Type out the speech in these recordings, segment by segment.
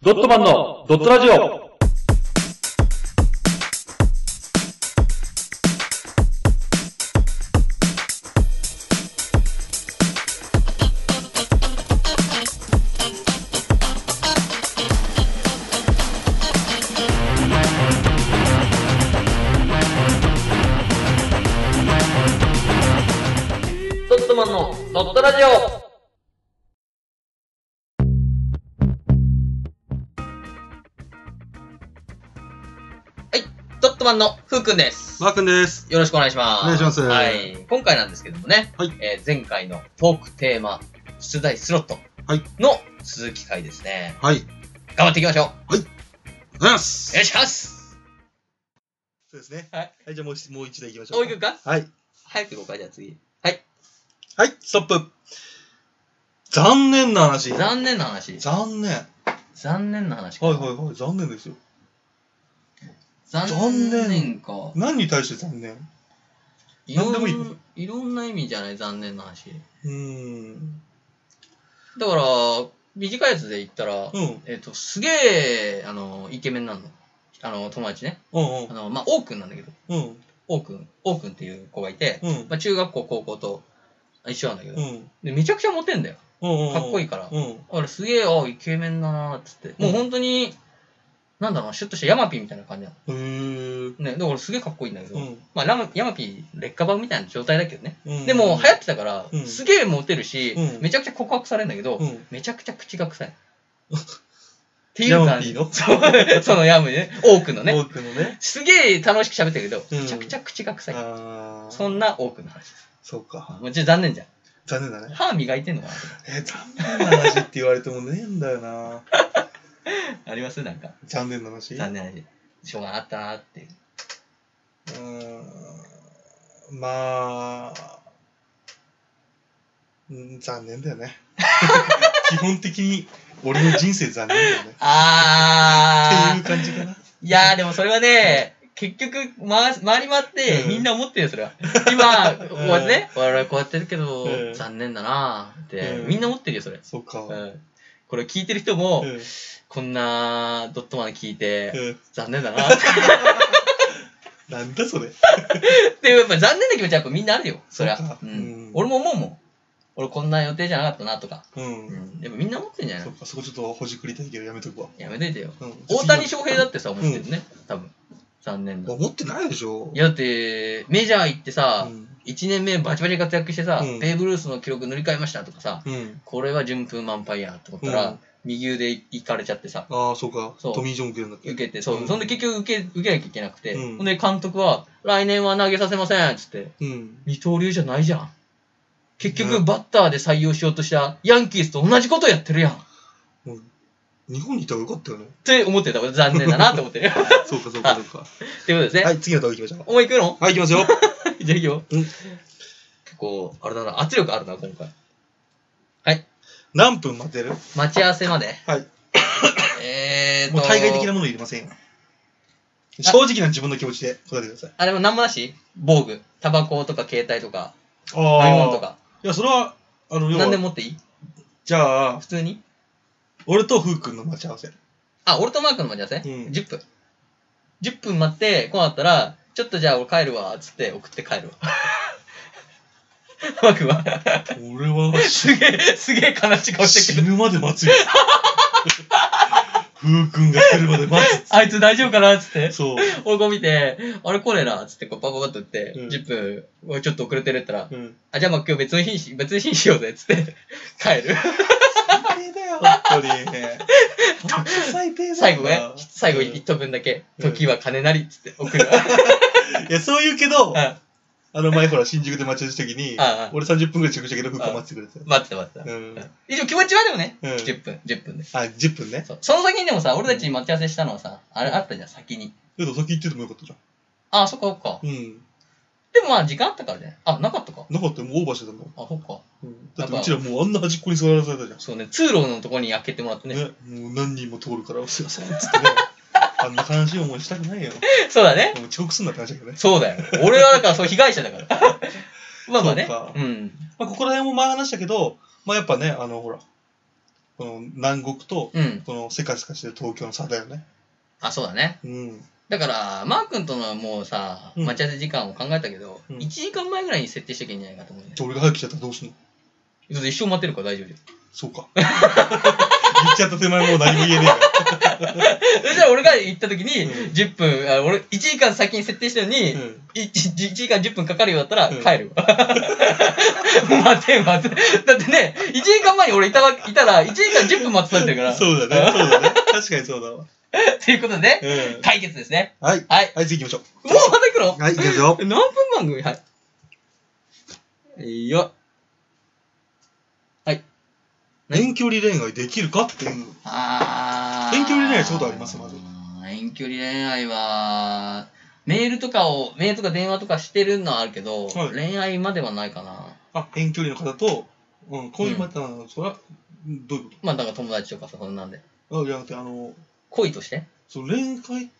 ドットマンのドットラジオドットマンのドットラジオはい、ドットマンのふうくんです。マー君です。よろしくお願いします。お願いしますはい。今回なんですけどもね、はいえー前回のトークテーマ、出題スロットはいの続き回ですね。はい。ありがと頑張っていきましょう。うございまおす。願いします。そうですね。はい。はい、じゃあもう一もう一度いきましょう。もう行くかはい。早く行こうか、じゃあ次。はい、ストップ。残念な話。残念な話。残念。はい残念な話か。はいはい、残念ですよ。残残念念か。何に対して残念ういろん何でもいいのいろんな意味じゃない残念な話。ーん。だから、短いやつで言ったら、うん。うんえっ、と、すげえ、あの、イケメンなの。あの、友達ね。うんあの、まあ、王くんなんだけど、うん。王くん、王くんっていう子がいて、うん。まあ、中学校、高校と一緒なんだけど、うん。でめちゃくちゃモテんだよ。うん。かっこいいかから。うん。俺、すげえ、あイケメンだなーっつって。もう本当に、なんだろうな、シュッとしたヤマピーみたいな感じなへー。の。ね、だからすげえかっこいいんだけど、うんまあ、ラムヤマピー劣化版みたいな状態だけどね。うん。でも、流行ってたから、うんすげえモテるし、うんめちゃくちゃ告白されるんだけど、うん。めちゃくちゃ口が臭い。っていうヤマ感ピじー。のそうそのヤムね。多くのね。多くのね。すげえ楽しく喋ってるけど、うんめちゃくちゃ口が臭い。あーそんな多くの話です。そうか。もうちょっと残念じゃん。残念だね。歯磨いてんのかなえ、残念な話って言われてもねえんだよな。ありますなんか。残念な話残念な話。しょうがなかったなっていう。うーんまあ、うん残念だ よね。基本的に俺の人生残念だよね。 っていあう感じかな。ー。いやーでもそれはね、結局、回す回り回って、うんみんな思ってるよ、それは。今、こうやってね、我々こうやってるけど、うん残念だなーって、うんみんな思ってるよ、それ。そうか。ううんんこれ聞いてる人も、うんこんなドットマン聞いて、残念だな なんだそれ。っていう、やっぱ残念な気持ちはやっぱみんなあるよ、そりゃそうか。うんうん俺も思うもん。俺こんな予定じゃなかったなとか。う。うんん。でもみんな思ってんじゃないそのうか、そこちょっとほじくりたいけどやめとくわ。やめといてよ。うん大谷翔平だってさ、思ってるね、多分。残念な。い思ってないでしょ。や、だって、メジャー行ってうさ、ん。 1年目バチバチ活躍してさ、うんベーブ・ルースの記録塗り替えましたとかさ、うん。これは順風満帆やと思ったうらん、右腕いかれちゃってさ、ああ、そうか。そうトミー・ジョン受けるんだっけ受けて、そう、うんそんで結局受け、受けなきゃいけなくて、うんほんで監督は、来年は投げさせませんっつって、うん。二刀流じゃないじゃん。結局、ねバッターで採用しようとしたヤンキースと同じことやってるやん。っもう日本にいたらよか ったよね。て思ってた。俺残念だなと 思ってる。ってこそうか、そうか、そうか。とですね。はい、次の動画行きましょお前行くのう。はい、行きま すよ。じゃあ行くよ。うん結構、あれだな、圧力あるな、今回。何分待てる待ち合わせまで。はい。えーと。もう対外的なもの入れませんよ。正直な自分の気持ちで答えてください。あれも何もなし防具。タバコとか携帯とか、あ飲み物と。か。いや、それは、あの、要何では、も持っていいじゃあ普、通に俺とフー君の待ち合わせ。あ、俺とマークの待ち合わせ、うん ?10 分。10分待って、こうなったら、ちょっとじゃあ俺帰るわ、つって送って帰るわ。 マークは、俺は、すげえ、すげえ悲しい顔して死くる。ぬまで待 つよ。フー君が来るまで待つ。あいつ大丈夫かなっつって。そう。俺こう見て、あれこれなっつって、こうパパパッと打って、うん10分、俺ちょっと遅れてるって言ったら、うん。あ、じゃあまあ今日別の日にし、別の日にしようぜ、っつって、 帰る。最低だよ、本当に。本当最低だよ。最後ね、最後うん一等分だけ、うん時は金なりっつって送る。いや、 そう言う けど、ああの前ほら、新宿で待ち合わせした時にああ、俺30分ぐらい遅刻したけど、フー君待ってくれてたよ。待ってた待ってうた。ん。以上気持ちはでもね、うん10分、10分で。あ、10分ね。そうその先にでもさ、俺たちに待ち合わせしたのはさ、あれあったじゃん、先に。けど、先行っててもよかったじああ、そっかそっかゃ。ん。うん。でもまあ時間あったからね。あ、なかったか。なかったよ、もうオーバーしてたんだもん。あ、そっか。だってうちらもうあんな端っこに座らされたじゃん。そうね、通路のところに開けてもらってね。ね、もう何人も通るから、すいませんっつってね。あんな悲しい思いしたくないよ。 そうだね。もう遅刻すんなって話だけどね。そうだよ。俺はだから、そう、被害者だから。まあまあねそうか。うん。まあ、ここら辺も前話したけど、まあやっぱね、あの、ほら、この南国と、うん。このせかせかしてる東京の差だよね。あ、そうだね。うん。だから、マー君とのもうさ、うん待ち合わせ時間を考えたけど、うん1時間前ぐらいに設定してきゃいけないかと思うね。じゃあ俺が早く来ちゃったらどうすんのちょっと一生待ってるから大丈夫じゃん。そうか。言っちゃった手前もう何も言えねえから。 そしたら俺が行った時に、うん10分、あ俺1時間先に設定したのに、うん 1, 時間10分かかるようだったらうん帰るわ。 待て待て。だってね、1時間前に俺いたわいたら、1時間10分待ってたんだから。そうだね、そうだね。確かにそうだわ。ということで、うん。解決ですね。はい。はい。はい、次行きましもうまた来るのょう。はい、行きますよ。 何分番組はい。いいよ。はい。ね遠距離恋愛できるかっていう。あー遠距離恋愛したことありますまずあー遠距離恋愛は、メールとかを、メールとか電話とかしてるのはあるけど、はい恋愛まではないかな。あ、遠距離の方と、うん、恋またなの、そら、どういうこまあ、だから友達とかさ、そんなんで。とあ、じゃなくて、あの、恋としてその恋愛、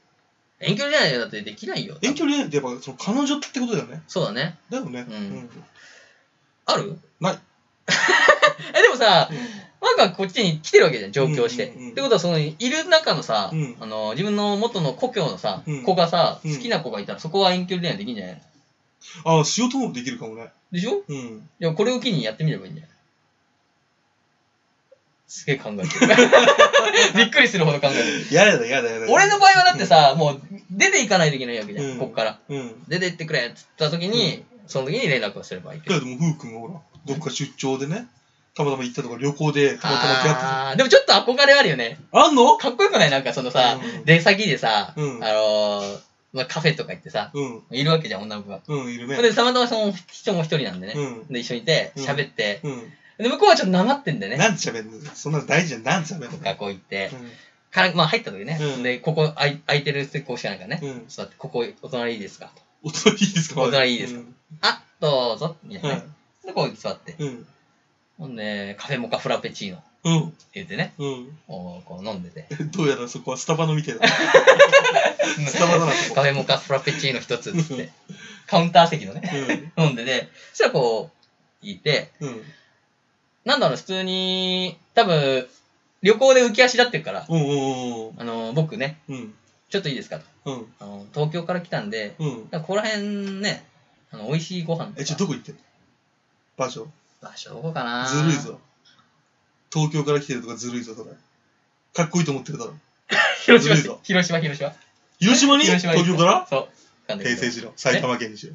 遠距離恋愛だってできないよ。遠距離恋愛ってやっぱその彼女ってことだよね。そうだね。だよね。うんうん。あるない。 え、でもさ、なんかこっちに来てるわけじゃん、上京して。うんうんうんってことは、その、いる中のさ、うんあの、自分の元の故郷のさ、うん子がさ、うん好きな子がいたら、そこは遠距離恋愛できんじゃないのあ、仕事もできるかもね。でしょうん。でもこれを機にやってみればいいんじゃないすげえ考えてる。 びっくりするほど考えてやだやだやる。俺の場合はだってさ、もう出ていかないといけないわけじゃん、うんこっから。うん。出て行ってくれって言った時に、その時に連絡をすればいいけだど。けども、ふうくんがほら、どっか出張でね、たまたま行ったとか旅行で、たまたま出会ってた。あーでもちょっと憧れあるよね。あんのかっこよくないなんかそのさ、うん出先でさ、うんあのーまあ、カフェとか行ってさ、うん。いるわけじゃん、女の子が。うん、いるね。で、たまたまその人も一人なんでね。うん。で、一緒にいて、うん喋って。うん。で、向こうはちょっとなまってんだよね。なんて喋んのそんなの大事じゃん。なんて喋んの学校行って。うから、まあ入った時ね。うんで、ここ、あい空いてるこうしかないからね。ん。うん。座って、ここ、お隣いいですかと。大人いいですか大人いいですかうんあ、どうぞ。みたいなはいね。で、こう座って。うん。ほんで、カフェモカフラペチーノってうん。言ってね。うん。おーこう飲んでて。どうやらそこはスタバのみ たいだ。スタバだな、 そカこ。フェモカフラペチーノ一つっつって。カウンター席のね。飲んでて。そしたらこう、いて、うん。うん。なんだろう、普通に、多分、旅行で浮き足立ってるから、うんうんあの、僕ね、うんうん。ちょっといいですかと。うん。あの、東京から来たんで、うん。うん。ここら辺ね、あの、美味しいご飯とか。え、ちょ、どこ行ってんの場所。場所どこかなずるいぞ。東京から来てるとかずるいぞ、それ。かっこいいと思ってるだろ。広島ずるい市ぞ、広島、広島。広島に広島に東京からそう。なんだけ平ど成しろ。埼玉県にしろ。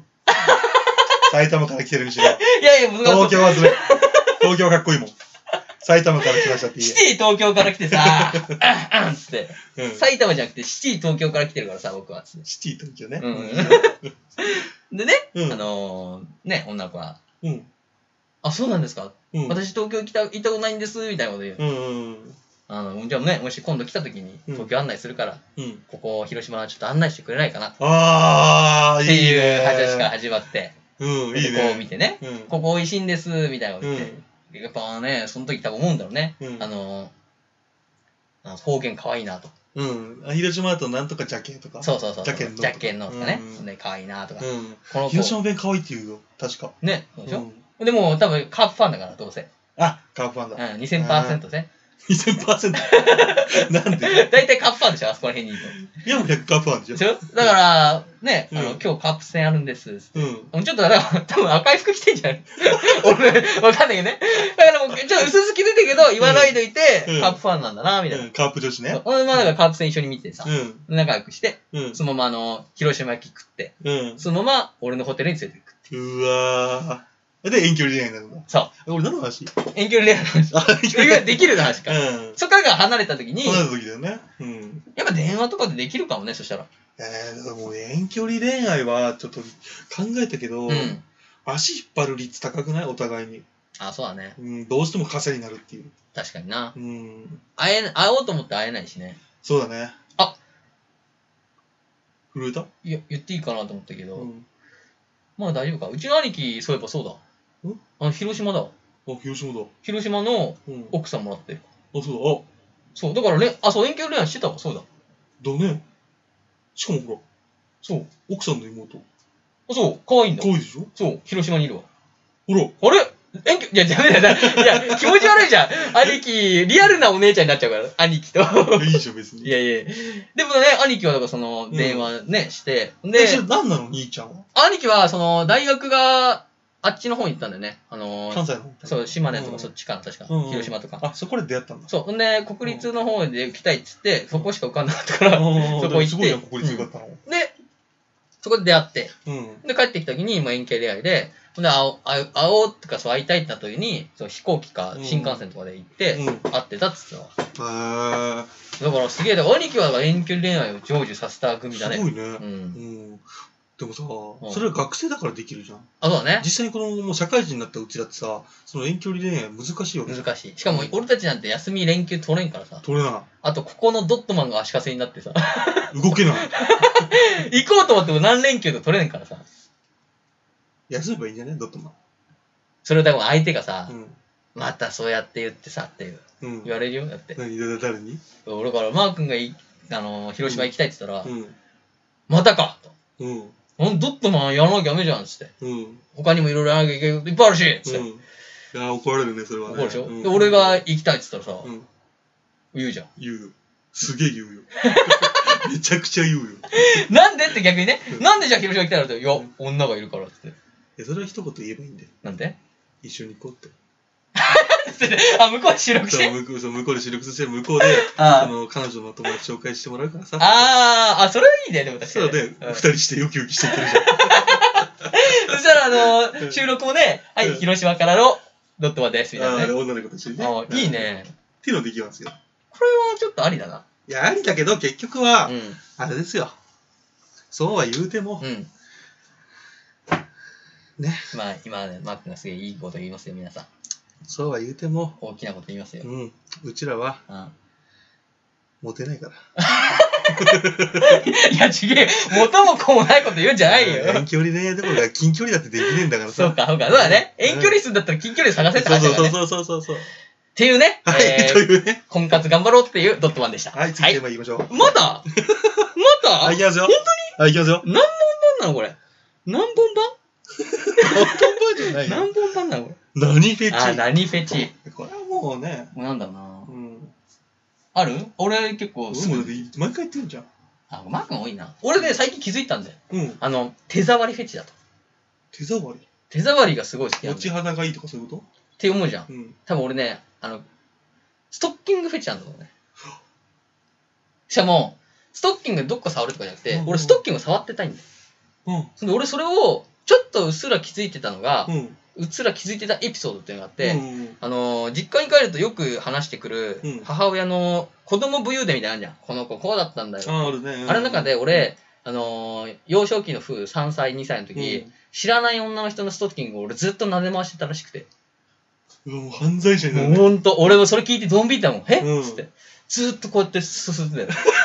埼玉から来てるにしろ。 いやいや、僕が東京は ずれ。東京はかっこいいもん。埼玉から来ましたって言シティ東京から来 てさ、あんあんっつって、え。 うん埼玉じゃなくてシティ東京から来てるからさ、僕はっつって。シティ東京ね。うんでね、うんあのー、ね、女の子は、うん。あ、そうなんですか、うん。私東京来た、行ったことないんです、みたいなこと言う。うんうんあの、じゃあね、もし今度来た時にうん東京案内するから、うん。ここ広島はちょっと案内してくれないかな。っああ、ていいね。いう話から始まって、うん、でいいこう見ね。てね、うん。ここ美味しいんです、みたいなことう言って。ん。やっぱね、その時多分思うんだろうね。うんあの、あの方言可愛いなと。うん。あ広島だとなんとかジャケとか。そうそうそう。ジャケンのとジかャケンのとかね。うんね、可愛いなとか。うん。この子。広島弁可愛いって言うよ。確か。ね、そうでしうょ、んでも多分カープファンだから、どうせ。あ、カープファンうだん、。2000%ね。 2000%。なんで大体カープファンでしょあそこら辺にいるいや、もう100カープファンと。ででししょ。ょだから、ね、あの、うん今日カープ戦あるんです。うん。もうちょっと、だから、多分赤い服着てん じゃん。俺、わかんないけどね。だからもう、ちょっと薄々気づいたけど、言わないといて、うんカープファンなんだな、みたいな。うんカープ女子そうね。俺、まあ、だからカープ戦一緒に見てさ、うん。仲良くして、うん。そのままあの、広島焼き食って、うん。そのまま俺のホテルに連れてく。うわー。で、遠距離恋愛になるんだ。そ俺何の話う。遠距離恋愛の話。あ、遠遠距離できるの話うか。ん。そっからが離れた時に、そうなった時だよね。うん。やっぱ電話とかでできるかもね、そしたら。えー、でも遠距離恋愛はちょっと考えたけど、うん。足引っ張る率高くないお互いに、あ、そうだね。うん、どうしても枷になるっていう、確かにな。うん、会え、会おうと思って会えないしね。そうだねあ震えた、いや、言っていいかなと思ったけど、うん、まあ大丈夫か。うちの兄貴、そういえばそうだ。んあの、広島だわ。あ広島だ、広島のうん、あ奥さんもらって。そうそう、だからね、あ、そう、遠距離恋愛してたわ、そうだ。だあだねしかもほらそう。奥さんの妹あそう、可愛いんだ可。愛いでしょそう、広島にいるわ。ほら あれ遠距離、 いや、ダメだよ。いや、気持ち悪いじゃん。兄貴、リアルなお姉ちゃんになっちゃうから、兄貴と。 いいでしょ、別に。いやいや。でもね、兄貴はだからその、電話ね、して。でえ、それ何なの、兄ちゃんは。兄貴は、その、大学が、あっちの方に行ったんだよね。あのー関西の方そう、島根とかそっちかな、確か。うんうん広島とか。あ、そこで出会ったんだ。 そう。ほんで、国立の方で行きたいっつって、そこしか受かんなかったから、あーそこ行ってすごいじゃん、ここに強かったの。で、そこで出会って、うん。で、帰ってきた時に、まあ、遠距離恋愛で、ほんで、会おう、会う会おうとか、そう、会いたいってなった時に、そう飛行機かうん新幹線とかで行って、うん会ってたっつっての。へーだからすげえ、だから兄貴はだから遠距離恋愛を成就させた組すだね。。ごいうね。うんん。でもさん、それは学生だからできるじゃん。あ、そう だね。実際にこのもう社会人になったうちだってさ、その遠距離恋愛難しいわけじゃん。難しい。しかも、俺たちなんて休み連休取れんからさ。取れなあと、ここのドットマンが足かせになってさ。 い。動けない。行こうと思っても何連休と取れんからさ。休めばいいんじゃないドットマそれをだから相手がさ、ン。またそうやって言ってさっていう。うん。うん言。われるよ、だって。何だ誰に俺から、マー君がいあのー広島行きたいって言ったら、うん。またかと。うん。うんドットマンやらなきゃダメじゃんっつって。うん。他にもいろいろやらなきゃいけないこといっぱいあるしっつって。うん。いや、怒られるね、それはね。怒るでしょ、うんで俺が、行きたいって言ったらさ、うん。言うじゃん。言うよ。すげえ言 うよ。めちゃくちゃ言うよ。なんでって逆にねう。んなんでじゃあ広島行きたいのって言う。いうやん、女がいるからっつって。え、それは一言言えばいいんだよ。なんで 一緒に行こうって。あ、向こうで収録しそうて。向こうそう向こうで収録して、向こうで、ああの、彼女の友達紹介してもらうからさ。あー、あ、それはいいね、でも確かそに。うだね、ん二人してウキウキしていけるじそしたら、あのうー、ん収録もね、はい、うん広島からのドットマンです、みゃたん。あいなーね。女の子と一緒にね。あーいい。ね。っていうのできますよ。これはちょっとありだな。いや、ありだけど、結局は、うん。あれですよ。そうは言うても、うん。ね。まあ、今ね、マークがすげえいいこと言いますよ、皆さん。そうは言うても、大きなこと言いますよう。ん、うちらはうん。モテないから。いや、ちげえ。元も子もないこと言うんじゃないよ。遠距離恋愛どころか近距離だってできねえんだからそうさ。か、そうか。そうだね。遠距離数だったら近距離探せってそう話だそうからね。っそうそうそうそう。ていうね、はい、えとーいうね。婚活頑張ろうっていうドットマンでした。はい、次テーマ言いましょう。まだまだはい、いきますよ。本当にはい、いきますよ。何本版なのこれ。何本本当じゃない版よ。何本版なのこれ。何フェあ、チ何フェチ。これはもうね、もうなんだろうなう。ん。ある俺結構俺すもぐだって毎回言ってんじゃん。あ、マー君多いな。俺ね、最近気づいたんだよ。うん。あの、手触りフェチだと。手触り。手触りがすごい好きな持んだちよ。肌がいいとかそういうこって思うじゃんと。うん。多分俺ね、あの、ストッキングフェチなんだろうね。しかも、ストッキングどっか触るとかじゃなくてう、ん俺ストッキング触ってたいんだよ。うん。そんで俺それを、ちょっとうっすら気づいてたのがう、ん。うっすら気づいてたエピソードっていうのがあっうて、んあのー実家に帰るとよく話してくうるん母親の子供武勇伝みたいなのあるじゃん。この子こうだったんだよ。ああるね。あれの中で俺、あのー幼少期の夫3歳、2歳のうん、時、知らない女の人のストッキングを俺ずっと撫で回してたらしくて。うんうわもう犯罪者になもるうね。ほんと、俺もそれ聞いてゾンビいたもん。えうんっつって。ずーっとこうやってすすってたよ。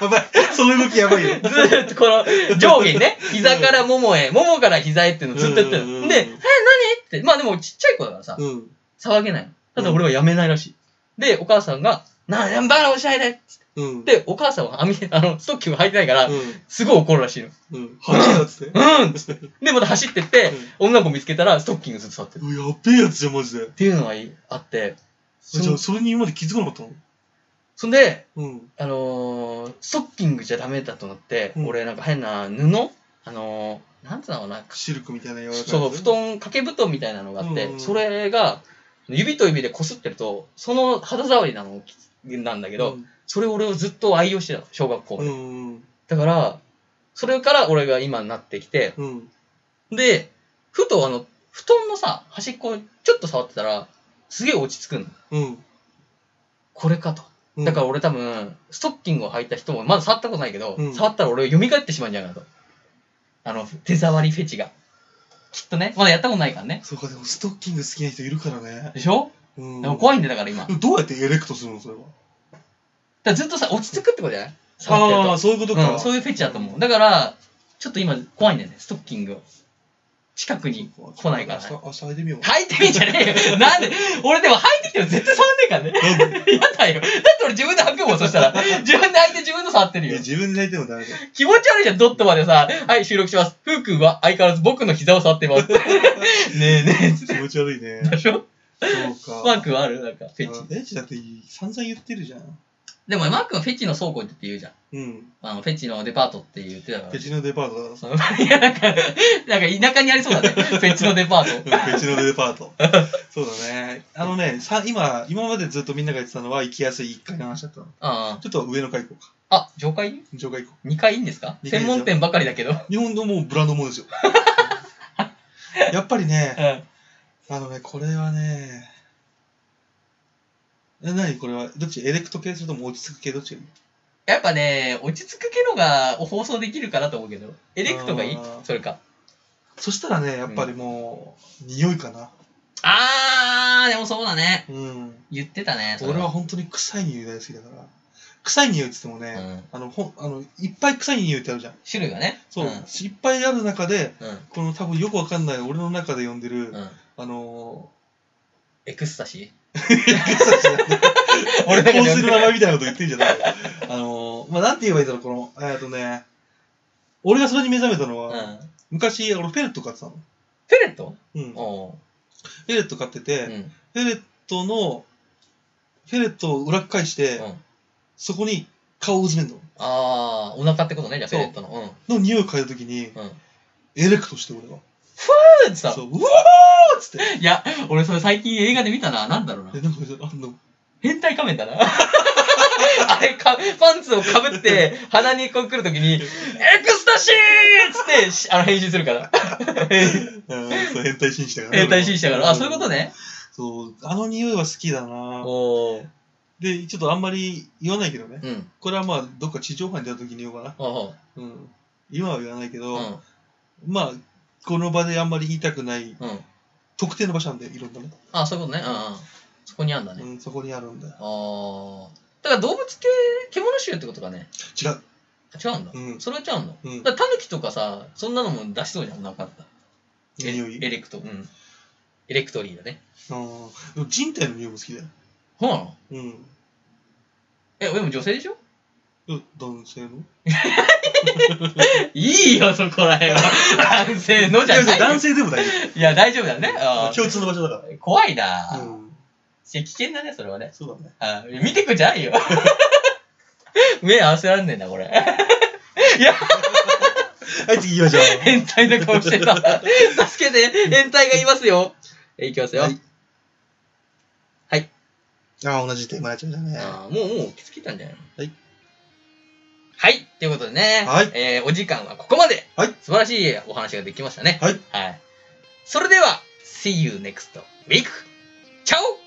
やばい。その動きやばいよ。ずーっとこの上下にね、膝からももへ、ももから膝へっていう のずっとやってたうんうんうの。んで、え、何って、まあでもちっちゃい子だからさ、うん。騒げないの。ただ俺はやめないらしい。で、お母さんが、なあ、やんばらおしゃいでっつっうん。て、お母さんは網、 あの、ストッキング履いてないから、うすごい怒るらしいの。ん。うん。恥だっつって。うんっつって。で、また走ってって、女の子見つけたら、ストッキングずっと触ってる。うわやっべえやつじゃん、マジで。っていうのがいあって、そじゃあ、それに今まで気づかなかったのそんで、うん。あのー、ストッキングじゃダメだと思って、うん俺なんか変な布あのー、なんつうのかな、シルクみたいな柔らかいやつ。そう、布団、掛け布団みたいなのがあって、うんうんそれが、指と指で擦ってると、その肌触りなの、なんだけど、それを俺をずっと愛用してたの、小学校まうで。ん。うん。だから、それから俺が今になってきて、うん。で、ふとあの、布団のさ、端っこをちょっと触ってたら、すげえ落ち着くの。うん。これかと。うんだから、俺多分、ストッキングを履いた人も、まだ触ったことないけど、うん触ったら俺蘇ってしまうんじゃないかと。あの、手触りフェチが。きっとね、まだやったことないからね。そうか、でもストッキング好きな人いるからね。でしょ、うん。でも怖いんだよだから今。だかどうやってエレクトするの、それは。らずっとさ、落ち着くってことじゃない触ってるああー、と。そういうことうか。ん、そういうフェチだと思う。だから、ちょっと今怖いんだよね、ストッキングを。近くに来ないから、ね。あ、騒いでみよう。入ってみんじゃねえ よ。なんで、俺でも入ってきても絶対触んねえからね。なんで やだよ。だって俺自分で履くもん、そしたら。自分で履いて自分の触ってるいやよ。自分で泣いてもダ メだよ。気持ち悪いじゃん、ドットまでさ。はい、収録します。ふうくんは相変わらず僕の膝を触ってます。ねえねえ、 つって気持ち悪いね。でしょそうか。マー君はあるなんか、フェチうん。フェチだって散々言ってるじゃん。でもマー君はフェチの倉庫って言うじゃん。うん。あの、フェチのデパートって言ってたからフェ。チのデパートだ。そのいや、なんか、なんか田舎にありそうだね。フェチのデパーうんト。フェチのデパ ート。そうだね。あのね、さ今、今までずっとみんなが言ってたのは行きやすい1階の話だったの。あちょっと上の階行こうか。あ。あ、上階上階行こ ?2 階いいんですか二階専ですよ門店ばかりだけど。う。日本のもうブランドも んですよ。やっぱりね、うんあのね、これはね、え、なにこれは、どっちエレクト系それとも落ち着く系どっちがいいやっぱね、落ち着くけのが放送できるかなと思うけど。エレクトがいいあーそれか。そしたらね、やっぱりもう、匂いかな。あー、でもそうだね。うん。言ってたね。それ俺は本当に臭い匂い大好きだから。臭い匂いって言ってもね、うんあのほんあのいっぱい臭い匂いってあるじゃん。種類がね。そう、うん。いっぱいある中で、うんこの多分よくわかんない俺の中で呼んでる、うんあの エクスタシー、警察じゃないー俺俺だけこうじゃなくする名て前みたいなこと言ってんじゃない。あのー、まあ、なんて言えばいいんだろう、この、えっとね、俺がそれに目覚めたのうは、ん。昔、俺、フェレット飼ってたの。ペレットうん。フおうェレット飼ってうて、ん。うん。フェレットの、フェレットを裏返して、そこに顔をうずめんの。あー、お腹ってことね、じゃあペレットの。うん。うん。の匂いを嗅いだときに、ふエレクトして俺は。ーってさそ、う、うおーっ つって。いや、俺それ最近映画で見たな。なんだろうなで、。なんか、あの、変態仮面 だな。あれか、パンツをかぶって、鼻にこう来るときに、エクスタシーっつってし、あの、変身する から。うんそう変態紳士だから変態紳士だから。あ、そういうこと。ね。そう、あの匂いは好きだなおー。で、ちょっとあんまり言わないけどね。うん。これはまあ、どっか地上波に出た時に言おうかな。おううん。今は言わないけど、おう。うん。まあ、この場であんまり言いたくないうん。特定の場所なんで、いろんなね。あ、そういうことね。うんうん。そこにあんだね。うん、そこにあるんだよ。あー。だから動物系、獣種ってことかね。違う。あ違うんだ。うんそれは違うんだ。うんだ。からタヌキとかさ、そんなのも出しそうじゃん、なかった。エ匂い。エレクト。うん。エレクトリーだね。うん。でも人体の匂いも好きだよ。ほうなのうん。え、俺も女性でしょ え男性のいいよ、そこら へんは。男性のじゃいなやい。男性でも大丈いや、大丈夫だね。あ夫。共通の場所だかー怖いなら。うぁ。ん。いや危険だね、それはね。そうだね。あー見てくんじゃないよ。 目合わせらんねえな、これ。 い や、はい、次行きましょ う。変態な顔してた。 助けて、変態がいますよ。え、いきますよ。はいはい。ああ、同じテーマになっちゃうじゃんね。あーもう、もう、きつきたんじゃないのはい。はい、ということでね、はいえーお時間はここまで。はい素晴らしいお話ができましたね。はい。はい。それでは、See you next week! チャオ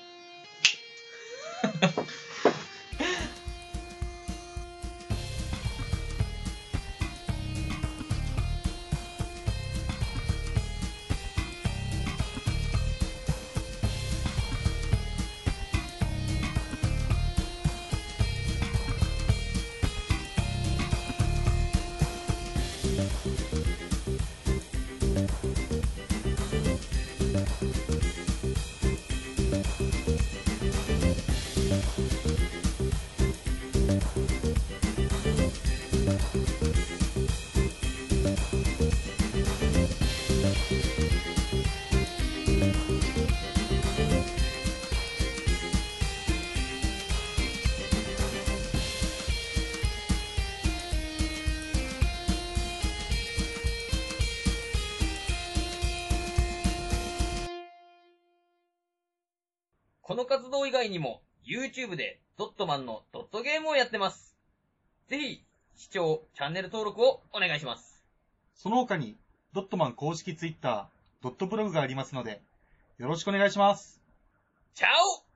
この活動以外にも、YouTube でドットマンのドットゲームをやってます。ぜひ、視聴、チャンネル登録をお願いします。その他に、ドットマン公式ツイッター、ドットブログがありますので、よろしくお願いします。チャオ